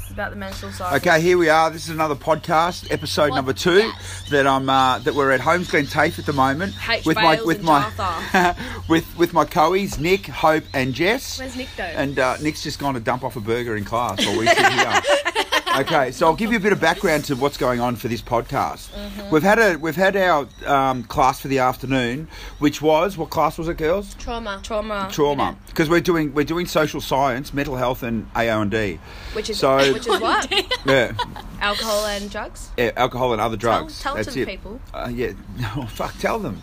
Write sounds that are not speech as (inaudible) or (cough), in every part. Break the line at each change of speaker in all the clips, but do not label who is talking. It's about the menstrual cycle.
Okay, here we are. This is another podcast, episode
What?
number two,
Yes.
that I'm uh, that we're at Holmes Glen Tafe at the moment
H.
with my
Bales
with
and
my
Jartha.
(laughs) with with my coes Nick, Hope, and Jess.
Where's Nick though?
And uh, Nick's just gone to dump off a burger in class while we
(laughs)
sit here. Okay, so I'll give you a bit of background to what's going on for this podcast.
Mm-hmm.
We've had a we've had our um, class for the afternoon, which was what class was it, girls?
trauma. Trauma.
Trauma, because we're doing we're doing social science, mental health, and AO and D.
Which is
So-
which is (laughs) what?
Yeah,
Alcohol and drugs.
yeah, alcohol and other drugs.
tell
That's
some
it.
people.
Uh, yeah, (laughs) no, fuck, tell them.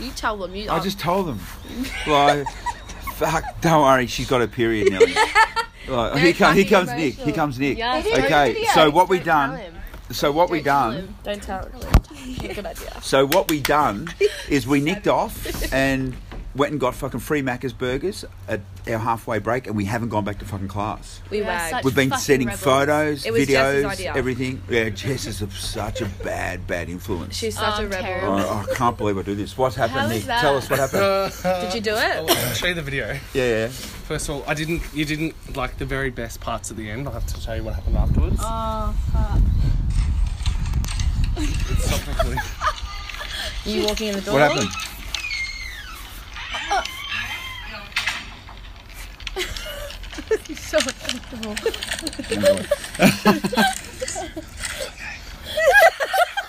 You tell them. You.
I
oh,
just told them.
(laughs)
Like, fuck, don't worry, she's got her period now. Like, here, come, here
fucking
comes Nick.
emotional.
Here comes Nick.
Yes. They didn't
Okay, so what we
tell
done?
him.
So what we
Don't tell
done?
him. Don't tell. (laughs) Good idea.
So what
(laughs)
we done is we nicked off and went and got fucking free Macca's burgers at our halfway break, and we haven't gone back to fucking class.
We
We are
wag.
such-
We've been
fucking
sending
rebels.
photos,
It was Jess's
videos,
idea.
everything. Yeah, Jess is a, such a bad, bad influence.
She's such
Oh,
a rebel.
terrible.
Oh, I can't believe I do this. What's happened,
How is
Nick?
that?
Tell us what happened.
Uh,
Did you do it?
I'll show you the video.
yeah, yeah.
First of all, I didn't. You didn't like the very best parts at the end. I'll have to show you what happened afterwards. Oh fuck! It's not properly.
You walking in the door?
What
(laughs)
happened?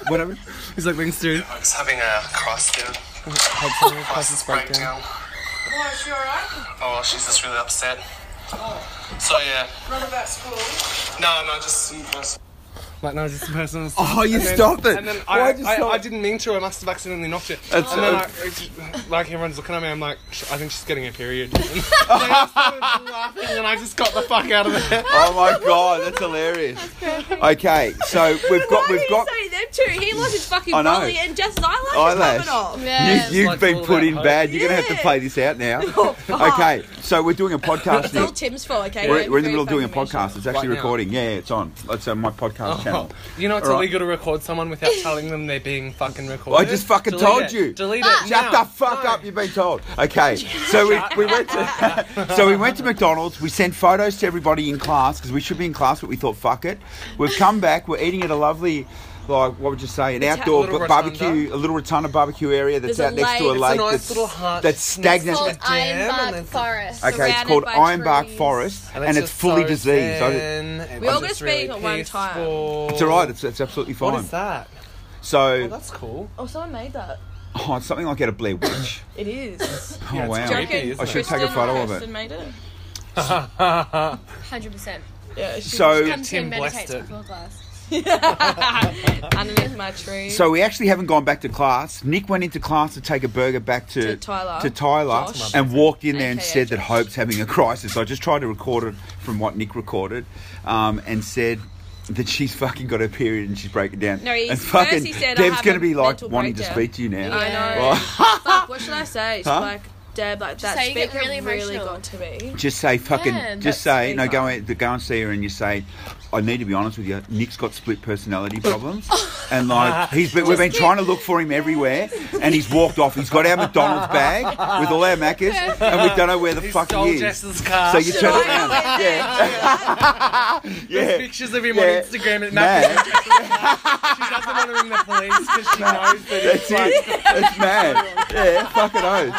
what happened?
(laughs) He's like being stewed.
I was having a crossfit
Classes breakdown.
breakdown. Oh, she's just really upset. So yeah. Not Oh. about school. No, no, just. just
Like no, just a personal.
Oh, you
And then-
stopped it.
And then
Why
I,
did you
I,
stop
I
it?
didn't mean to. I must have accidentally knocked it.
That's-
and then I, it's- like everyone's looking at me, I'm like, "Sh- I think she's getting
(laughs)
her period. (laughs) And they all started laughing, and I just got the fuck out of there.
Oh my god, that's hilarious. okay, so we've got we've got
Sorry, them two. He lost his fucking
I know.
volley and Jess' eyelash
Eyelash.
coming off.
Yes. Oh,
you, you've
Like
been
all
put
that
in
hope.
bad. You're gonna have to
Yeah.
play this out now. okay, so we're doing a podcast
It's all
now.
Tim's fault, okay?
We're, we're in the
Very
middle of doing a
fucking
podcast. It's actually
Right now. Oh.
recording. Yeah, yeah, it's on. It's on my podcast
(laughs)
channel.
You know it's
All right.
illegal to record someone without telling them they're being fucking
I
recorded.
just fucking
Delete
told
it.
you.
Delete
Ah.
it.
Shut
now.
the fuck up! You've been told. Okay, so we, we went to (laughs) so we went to McDonald's. We sent photos to everybody in class because we should be in class, but we thought fuck it. We've come back. We're eating at a lovely. Like what would you say? An outdoor
Little
b-
Rotunda.
barbecue, a little rotunda barbecue area that's
There's a
out next to a
lake. It's
lake
nice
that's,
little hut
that's
next to
stagnant.
called
Dam and
Ironbark
then-
Forest.
Okay, it's
surrounded
called
by
Ironbark
trees.
Forest, and it's fully diseased. I don't-
We all gotta speak at one time.
It's alright. It's, it's absolutely fine.
What is that?
So,
Well, that's cool.
Oh, someone made that.
oh, it's something like out of Blair Witch.
It is.
Oh
Yeah, it's
wow!
Do you
creepy,
reckon
isn't
I should take
it?
a
Kristen-
photo of it.
Kristen made it.
Hundred percent.
Yeah, she
So,
Comes
Tim
Tim meditates
blessed it.
before class.
(laughs) underneath my tree.
So we actually haven't gone back to class. Nick went into class to take a burger back to,
To Tyler.
to Tyler
Josh.
and walked in there and
AKA
said that Hope's having a crisis. I just tried to record it from what Nick recorded um, and said that she's fucking got her period and she's breaking down.
No, he's-
and
first
fucking
he said, "I
Deb's
have
gonna
a
be like
mental
wanting to
breakdown."
speak to you now.
I know.
(laughs)
Fuck, what should I say? She's
Huh?
like, Deb, like that
say you get
speaker
really
really,
emotional.
got to
(laughs)
me.
Just say fucking.
Yeah,
just
that's
say no.
sweet.
Go and go and see her, and you say, "I need to be honest with you. Nick's got split personality problems, and like
(laughs)
he's been, we've been trying to look for him everywhere, and he's walked off. He's got our McDonald's bag with all our Maccas, and we don't know where the
He
fuck
stole
he is.
Jess's car.
So you turn
I
around, yeah, (laughs) yeah.
pictures of him
Yeah.
on Instagram at
Mad.
nothing. (laughs) she doesn't want to ring the police because she knows that it's
That's
(laughs)
it. That's mad. Yeah, fucking oath.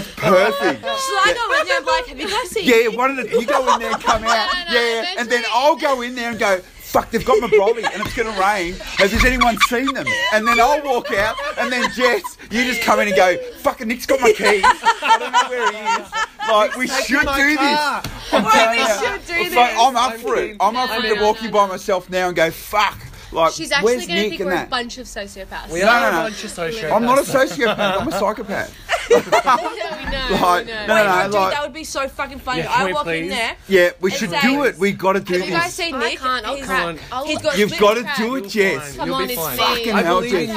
That's perfect.
Should I go in there and be like, have you guys seen?
Yeah, one of the you go in
(laughs)
there and come out.
no,
yeah,
that's
and then
right.
I'll go in there and go. Fuck, they've got my brolly and it's gonna rain. Has has anyone seen them? And then I'll walk out, and then Jess, you just come in and go. Fucking Nick's got my keys. I don't know where he is. Like we should
my
do
car.
this. I'm telling
we
you.
should do
It's like,
this.
I'm up for it.
keen.
I'm up for
No,
it to
no,
walk
no,
you
no.
by myself now and go. Fuck. Like
She's actually
where's
gonna
Nick
think
and
we're
that?
a bunch of sociopaths.
We
No,
are
no, no.
a bunch of sociopaths.
I'm not a sociopath.
(laughs)
I'm a psychopath.
we know. We know.
Like, no,
we know.
no, no.
Dude,
Like,
that would be so fucking funny.
Yeah, can
I
we
walk in
please?
there.
yeah, we should
Exactly.
do it. We got to do
Have you guys
this.
seen
I
Nick?
can't. I'll
He's-
crack. I'll-
He's got
You've
split
got to
crack.
do it, Jess.
Come
You'll
on,
be
it's
fine.
me.
Fucking
I
hell,
believe in
Jess.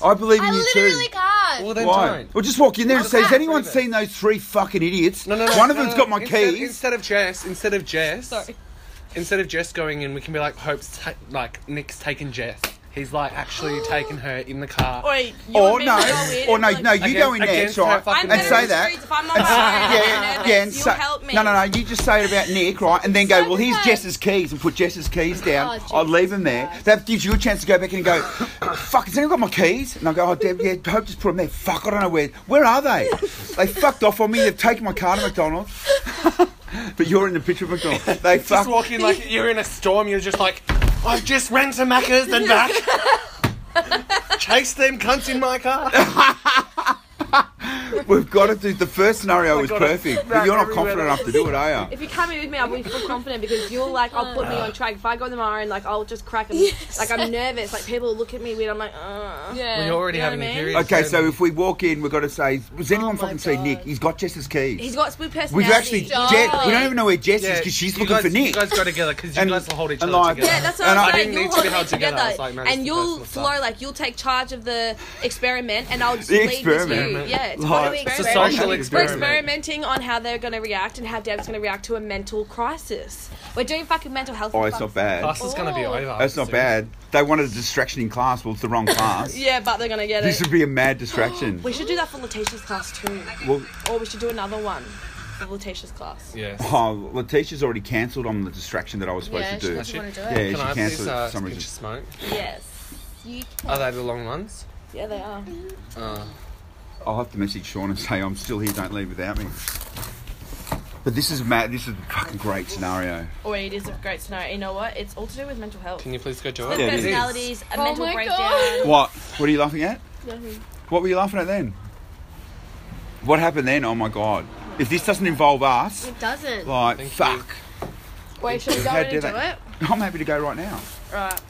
you.
I believe in
I
you too.
literally can't.
Well, then
Why?
don't.
Well, just walk in there and say, has
that?
anyone seen those three fucking idiots?
No, no, no.
One of
no,
them's
no.
got my
instead,
keys.
Instead of Jess, instead of Jess,
Sorry.
instead of Jess going in, we can be like, Hope's ta- like Nick's taken Jess. he's
(gasps)
like actually taken her in the car.
Wait, you
Or
and me
Oh, no,
will go in
or
and
no,
like,
no, you go in
Against-
there,
against her
sorry,
fucking
I'm
and
better
say
in the
that.
streets if I'm on
and
my
say-
own.
(laughs) yeah, yeah, and
you
say-
help me.
No, no, no. You just say it about Nick, right? And then go. Well, here's
nice.
Jess's keys, and put Jess's keys down.
Oh,
I'll leave them there.
Jesus.
That gives you a chance to go back in and go. (coughs) Fuck, has anyone got my keys? And I go, oh, Deb, yeah, Hope just put them there. Fuck, I don't know where. Where are
(laughs)
they? They fucked off on me. They've taken my car to McDonald's. (laughs) but you're in the picture of McDonald's. They
Just
fucked.
(laughs)
walking like you're in a storm, you're just like, I just ran to Macca's then
(laughs)
back. Chase them cunts in my car.
We've got to do. The first scenario was
God,
perfect, but
back
you're not
everywhere.
confident enough to do it, are
(laughs)
you?
If you come in with me, I'll be full confident because you're like, I'll put me on track. If I go on my own, like, I'll just crack. And,
Yes.
Like, I'm nervous. Like, people look at me weird. I'm like, uh.
Yeah.
Well, you're already
You know
having
what I
a
mean?
period.
Okay, so if we walk in, we've got to say, "Does
Oh
anyone
my
fucking see
God.
Nick? He's got Jess's keys."
He's got split personality.
We've actually,
Stop.
Je- we don't even know where Jess is
Yeah,
because she's
you
looking
guys-
for Nick.
You guys go together because you
And-
guys will hold each
and
other
like-
together.
Yeah, that's what
And I
I'm
think
saying.
it
You'll
needs to
hold
be
me
held together.
together,
It's like, man,
and
this
you'll
person's
flow.
up.
Like you'll take charge of the experiment, and I'll just
The
lead
experiment.
with you. Yeah, it's
Like-
part of the
It's a
experiment.
social
We're
experiment.
experimenting on how they're going to react and how Deb's going to react to a mental crisis. We're doing fucking mental health.
Oh,
for
it's
fuck's
not bad.
Class is going to be
Oh.
over.
That's not
soon.
bad. They wanted a distraction in class. Well, it's the
(laughs)
wrong class.
sake. Yeah, but they're going to get
This
it.
would be a mad
(gasps)
distraction.
We should do that for Letitia's class too,
Well,
or we should do another one for Letitia's class.
Yes.
oh, Letitia's already cancelled on the distraction that I was supposed
Yeah,
to do.
she doesn't want to do
yeah,
it.
Can I
she
please
cancelled it
uh,
for some
pinch a
reason.
smoke?
Yes.
You
Are
can.
they the long ones?
Yeah, they are.
Uh,
I'll have to message Sean and say I'm still here. Don't leave without me. But this is mad. This is a fucking great scenario.
Or Oh, it is a great scenario. You know what? It's all to do with mental health.
can you please go do
Split
it?
Yeah, it is.
personalities, a
Oh
mental
my
breakdown.
God.
What? What are you laughing at? What were you laughing at then? What happened then? Oh my god! If this doesn't involve us,
It doesn't.
like
Thank you.
fuck.
Wait, should we go
How
in
do
and do
they-
it?
I'm happy to go right now.
Right.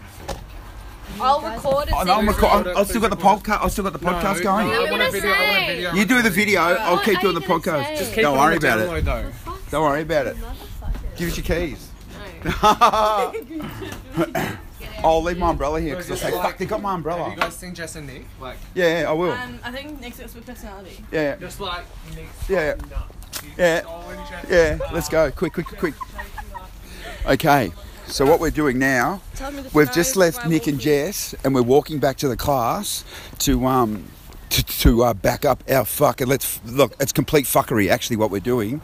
I'll
guys-
record it.
Oh, no, I'm
send it
reco-
to you.
I'm, I've still got the podcast. I've still got the podcast going.
No, I want
gonna
a video. I want a
say.
video.
You do the video. I'll
what
keep
are
doing the
you gonna
podcast.
say?
Just
Just
Keep
don't
it on
worry
the
about
download,
it.
Though.
Don't worry about it.
Motherfucker.
Give us your keys.
No.
(laughs) I'll leave my umbrella here because I
Is
say
this
fuck.
like-
They got my
Have
umbrella.
you guys seen Jess and Nick? Like,
Yeah, yeah, I will.
Um, I think next it's with personality.
Yeah,
just like Nick's
yeah,
nuts. He's
Yeah.
so interested.
yeah. Let's go. Quick, quick, quick. Okay. So what we're doing now?
Tell me the
We've just
scenario
left
by
Nick and
walking.
Jess, and we're walking back to the class to um to, to uh, back up our fuck. And let's look, it's complete fuckery. Actually, what
(laughs)
we're doing,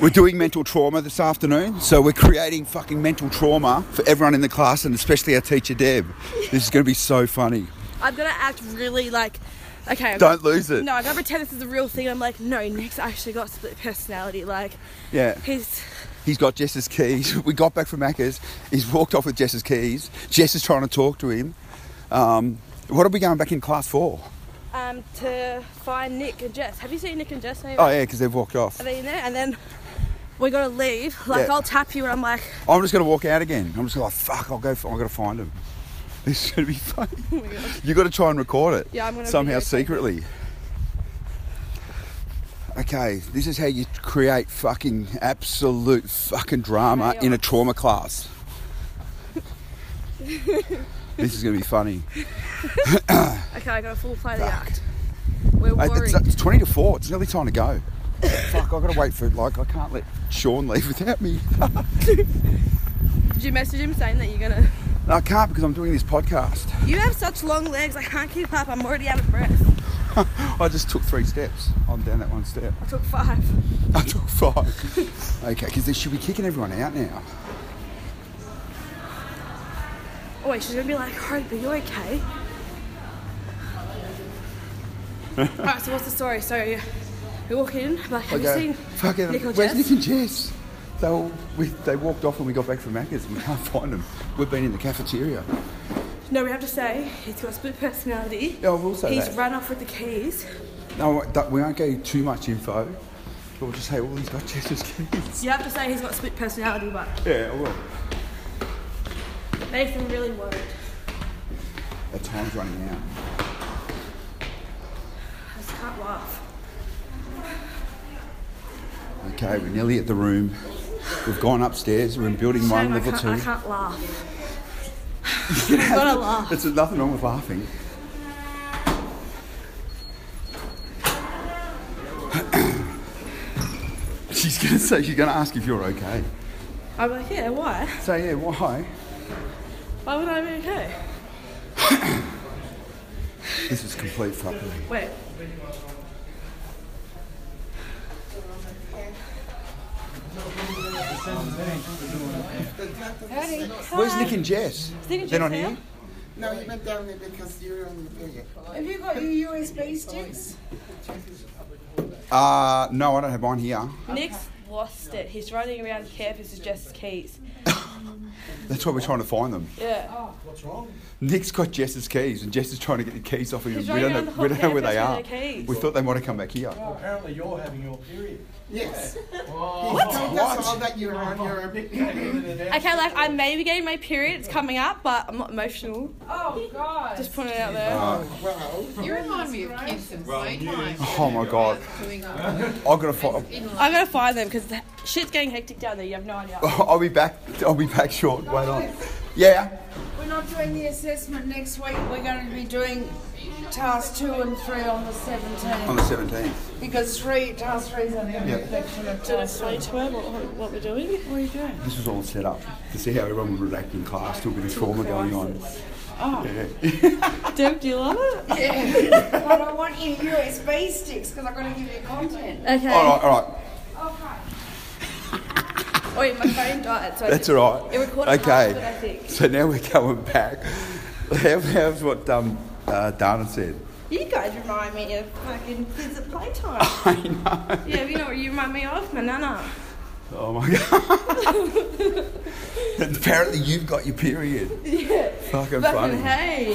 we're doing mental trauma this afternoon. So we're creating fucking mental trauma for everyone in the class, and especially our teacher Deb. This is going to be so funny.
I've got to act really like. Okay. I've
Don't lose it.
No, I gotta pretend this is a real thing. I'm like, no, Nick's actually got split personality. Like,
Yeah.
he's.
He's got Jess's keys. (laughs) We got back from Macca's. He's walked off with Jess's keys. Jess is trying to talk to him. Um, what are we going back in class for?
Um, to find Nick and Jess. Have you seen Nick and Jess? Anyway?
Oh yeah, because they've walked off.
Are they in there? And then we gotta leave. Like,
Yeah.
I'll tap you and I'm like,
I'm just gonna walk out again. I'm just like, fuck. I'll go. f- I gotta find him. (laughs) This is gonna
(laughs)
be funny. you got to try and record it.
Oh Yeah, I'm gonna
somehow
video tape it.
secretly. Okay, this is how you create fucking absolute fucking drama in a trauma
(laughs)
class. this is gonna be funny.
okay, I gotta full play the
Fuck.
act. We're
Hey,
worried.
it's, it's twenty to four. It's nearly time to go. fuck. I gotta wait for it. Like I can't let Sean leave without me. (laughs)
Did you message him saying that you're gonna?
I can't because I'm doing this podcast.
You have such long legs. I can't keep up. I'm already out of breath.
I just took three steps. I'm down that one step.
I took five.
(laughs) I took five. okay, because they should be kicking everyone out now.
Oh wait, she's gonna be like, Hope, are you
(laughs)
okay? Alright, so what's the story? So we walk in, I'm like, have
I go,
you seen
fuck it,
Nick or
where's
Jess?
Nick and Jess? They, were, we, they walked off when we got back from Macca's and we can't (laughs) find them. We've been in the cafeteria.
No, we have to say he's got split personality.
Yeah, I will say
he's
that.
run off with the keys.
No, that, we won't go too much info. We'll just say, well, he's got Jess's (laughs) keys.
You have to say he's got split personality, but
Yeah, I will.
makes him really worried.
Our time's running out.
I just can't laugh.
Okay, we're nearly at the room. We've gone upstairs. We're in building one,
Shame, I,
level
can't,
two.
I can't laugh.
(laughs)
(laughs) I've gotta laugh.
There's nothing wrong with laughing. (coughs) she's gonna say she's gonna ask if you're okay.
I'm like, yeah, why?
So yeah, why?
Why would I be okay?
This is complete fuckery.
Wait. Howdy.
Where's Nick and Jess?
Nick and
They're
Jess
not
here?
here?
No, you went down there because you were on the video.
Have you got your USB sticks?
Uh, no, I don't have mine here.
Nick's lost it. He's running around campus with Jess's keys.
That's why we're trying to find them.
Yeah.
Nick's got Jess's keys, and Jess is trying to get the keys off of him.
He's
We don't
running around
know,
the whole
we don't know where
campus
they are.
with their keys.
We thought they might have come back here.
Apparently, you're having your period.
Yes. What? He told us all that you were on your
Okay, like I may be getting my period. It's coming up, but I'm not emotional.
Oh God!
Just putting it out there.
Well,
You remind me of Kiss and Sweet Life.
Oh my god.
Doing up
I've got to find.
in
I gotta find them because shit's getting hectic down there. You have no idea.
(laughs) I'll be back. I'll be back short. Wait on. Yeah.
We're not doing the assessment next week. We're going to be doing task two and three on the
On
seventeenth
the 17th.
because three task three is on the
Yep.
reflection of
Did I
task.
explain to him what, what we're doing?
What are you doing?
This was all set up to see how everyone would react in class to a bit of trauma going on.
Deb, do you love it?
But I want your USB sticks because I've got to give you content.
Okay.
All right, all right.
Wait, Oh, my phone died. So I
That's
just-
all right.
It recorded half of it, I
Okay.
think.
So now we're going back. How, how's what um, uh, Dana said? (laughs)
You guys remind me of fucking kids at playtime. I know. Yeah, you know what you remind me of? My nana.
Oh my god.
(laughs)
and apparently you've got your period.
Yeah.
Fucking funny.
Fucking hey.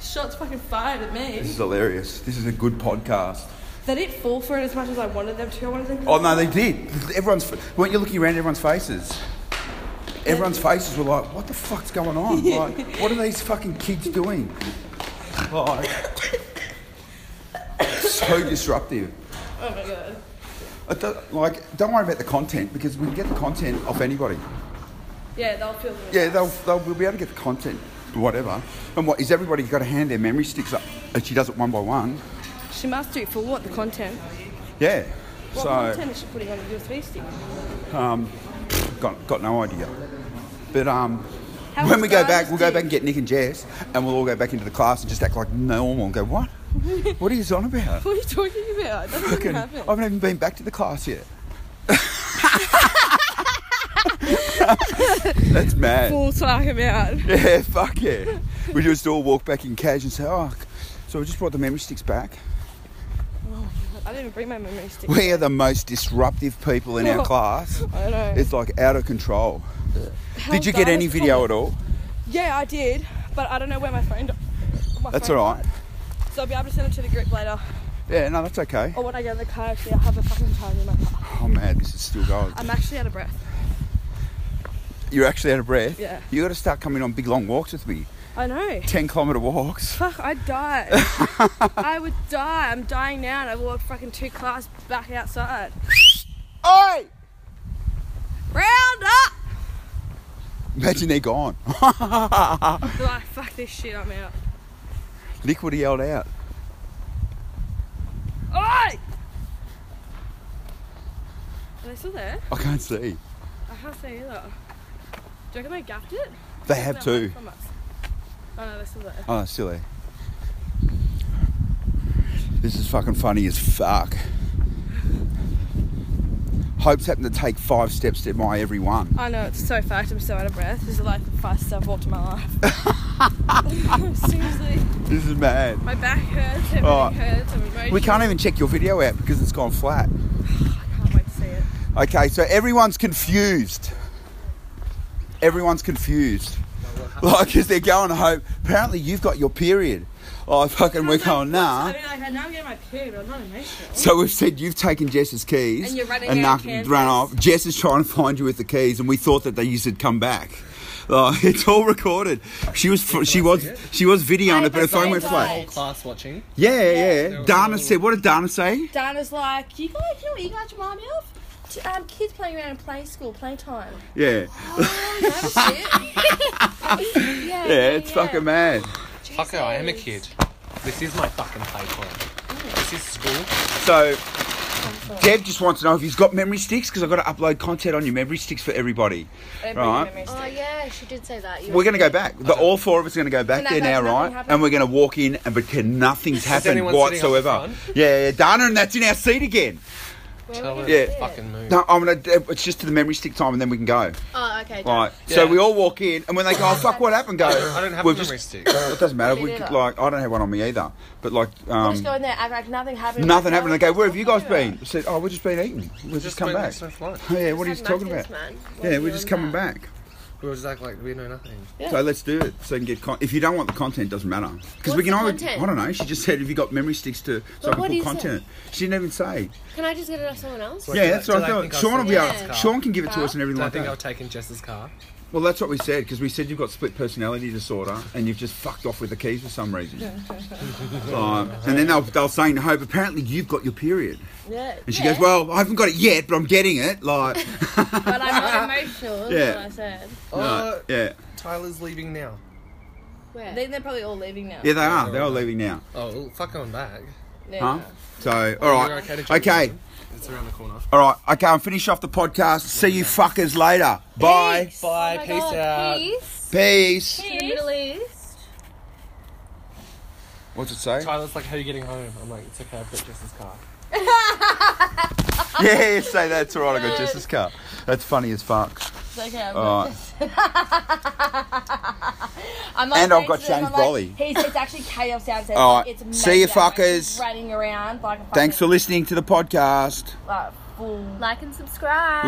Shots fucking fired at
This
me.
is hilarious. This is a good podcast.
They didn't fall for it as much as I wanted them to. I wanted them to.
Oh no, they did. Everyone's weren't you looking around at everyone's faces? Everyone's faces were like, "What the fuck's going on? Like, what are these fucking kids doing?" Like, so disruptive.
Oh my god.
I don't- like, don't worry about the content because we can get the content off anybody.
Yeah, they'll feel good.
Yeah, they'll, they'll we'll be able to get the content, whatever. And what is everybody got to hand their memory sticks up? And she does it one by one.
She must do it for what? The content?
Yeah.
What
so
content is she putting on the USB stick?
um, got got no idea. But um,
How
when
was
we go
Diana's
back, we'll go
dick?
back and get Nick and Jess, and we'll all go back into the class and just act like normal and go,
(laughs)
"What? what are you on about?"
(laughs) What are you talking about? It doesn't
Fucking-
even
I
happen.
haven't even been back to the class yet. (laughs) That's mad.
Full talk about.
Yeah, fuck yeah. we just all walk back in cash and say, oh, so we just brought the memory sticks back.
I didn't even bring my memory stick.
We are the most disruptive people
Oh.
in our class.
I know.
It's like out of control. Did you get
Dana's
any video at all?
Yeah, I did, but I don't know where my phone. My
That's
phone
all right.
died. So I'll be able to send it to the group later,
Yeah, no, that's okay.
or when I get in the car. Actually, I'll have a fucking charger in my car.
Oh man, this is still going.
I'm actually out of breath.
You're actually out of breath.
Yeah.
You got to start coming on big long walks with me.
I know.
Ten kilometre
(laughs)
walks.
Fuck, I'd die.
(laughs)
I would die. I'm dying now, and I walked fucking two cars back outside.
Oi!
Round up.
Imagine they're gone. (laughs)
They're like, fuck this shit. I'm out.
Nick would have yelled out.
Oi! Are they still there?
I can't see.
I can't see either. Do you reckon they gapped it?
They have
They're away
two.
from us. Oh no, they're still there.
Oh, that's silly. This is fucking funny as fuck. Hope's happened to take five steps to my every one.
I know it's so fucked. I'm so out of breath. This is like the fastest I've walked in my
(laughs)
life. (laughs) Seriously,
This is mad.
my back hurts. Everything
Oh.
hurts. I'm emotional.
We can't even check your video out because it's gone flat.
I can't wait to see it.
Okay, so everyone's confused. Everyone's confused. Like, (laughs) because they're going home. Apparently, you've got your period. Oh, fucking, we're going
I
now.
mean, like, now I'm getting my period. but I'm not emotional.
So we've said you've taken Jess's keys
And you're running
and
out of
knocked-
campus.
run off. Jess is trying to find you with the keys, and we thought that they used to come back. Oh, (laughs) it's all recorded. She was she was she was videoing it, but her phone went flat.
class watching.
Yeah, yeah, yeah. Dana said, "What did Dana say?"
Dana's like, you guys, you know what you guys remind me of? T- Um, kids playing around in play school, playtime.
Yeah,
Yeah,
yeah. It's fucking mad.
Fuck it, I am a kid. This is my fucking playground. This is school.
So Deb just wants to know if he's got memory sticks because I've got to upload content on your memory sticks for everybody. Right.
Oh yeah, she did say that. You
We're going to go back. The, all four of us are going to go back
Can I
there
go?
now,
Nothing
right?
happened?
And we're going to walk in and pretend nothing's happened
anyone sitting up
whatsoever.
front?
Yeah, yeah, yeah, Dana, and that's in our seat again.
Tell her
Yeah.
to fucking move.
No, I'm going to. It's just to the memory stick time, and then we can go.
Oh okay. done.
Right. So
Yeah.
we all walk in, and when they go, "Oh fuck, what happened?" Go.
I don't have
we've
a memory stick.
Well, it doesn't matter.
Me
We
neither.
could, like I don't have one on me either. But like
We'll
um,
just go in there, act like nothing happened.
nothing happened. They
Like,
go,
oh,
"Where have you guys
what's going
been?" I said, "Oh, we've just been eating. We've just, come
went
back."
next to the flight.
Oh (laughs) yeah, what are you
on? Just
talking
have muffins,
about?
man. What
Yeah,
are
we're
you
just
on
coming
about?
back.
We were just act like we know nothing.
Yeah.
So let's do it. So you can get con- if you don't want the content, doesn't matter because we
What's
can
the
only
content?
I don't know. She just said if you got memory sticks to so
Well,
I
what
can
is
put content. She didn't even say.
Can I just get it off someone else?
Wait,
yeah,
do
that's
they-
what
do
I
they
thought.
think I'll
Sean will
steal
be
Jess's
able,
car?
Sean can give it to us and
Do
everything
I
like
think I'll
that.
take in Jess's car?
Well, that's what we said because we said you've got split personality disorder and you've just fucked off with the keys for some reason. Um, and then they'll they'll say to Hope, apparently you've got your period,
Yeah.
and she
yeah.
goes, well, I haven't got it yet, but I'm getting
(laughs)
it. Like, (laughs)
But I'm not emotional. That's
Yeah.
what I said.
Oh,
No, yeah,
Tyler's leaving now.
Where?
They, they're probably all leaving now.
yeah, they are. They're all leaving now,
Oh, well, fuck on back.
huh? So, all right,
You're okay to jump
okay.
in? It's around the corner.
All right, okay, I'm finish off the podcast. See you fuckers later. Bye.
Bye, peace out.
Peace.
Peace.
To the Middle East.
What's it say?
Tyler's like, how are you getting home? I'm like, it's okay, I've got Jess's car.
yeah, yeah, say that's all right. I got Jess's car. That's funny as fuck.
It's okay. (laughs) I'm
All
not-
right.
I'm not
And I've
saying
got
to them,
James
I'm like,
Brolly.
He's, it's actually chaos downstairs.
All right.
It's
See you
messed up.
fuckers.
She's Running around like a
Thanks for
fucking,
listening to the podcast.
like, fool. Like and subscribe.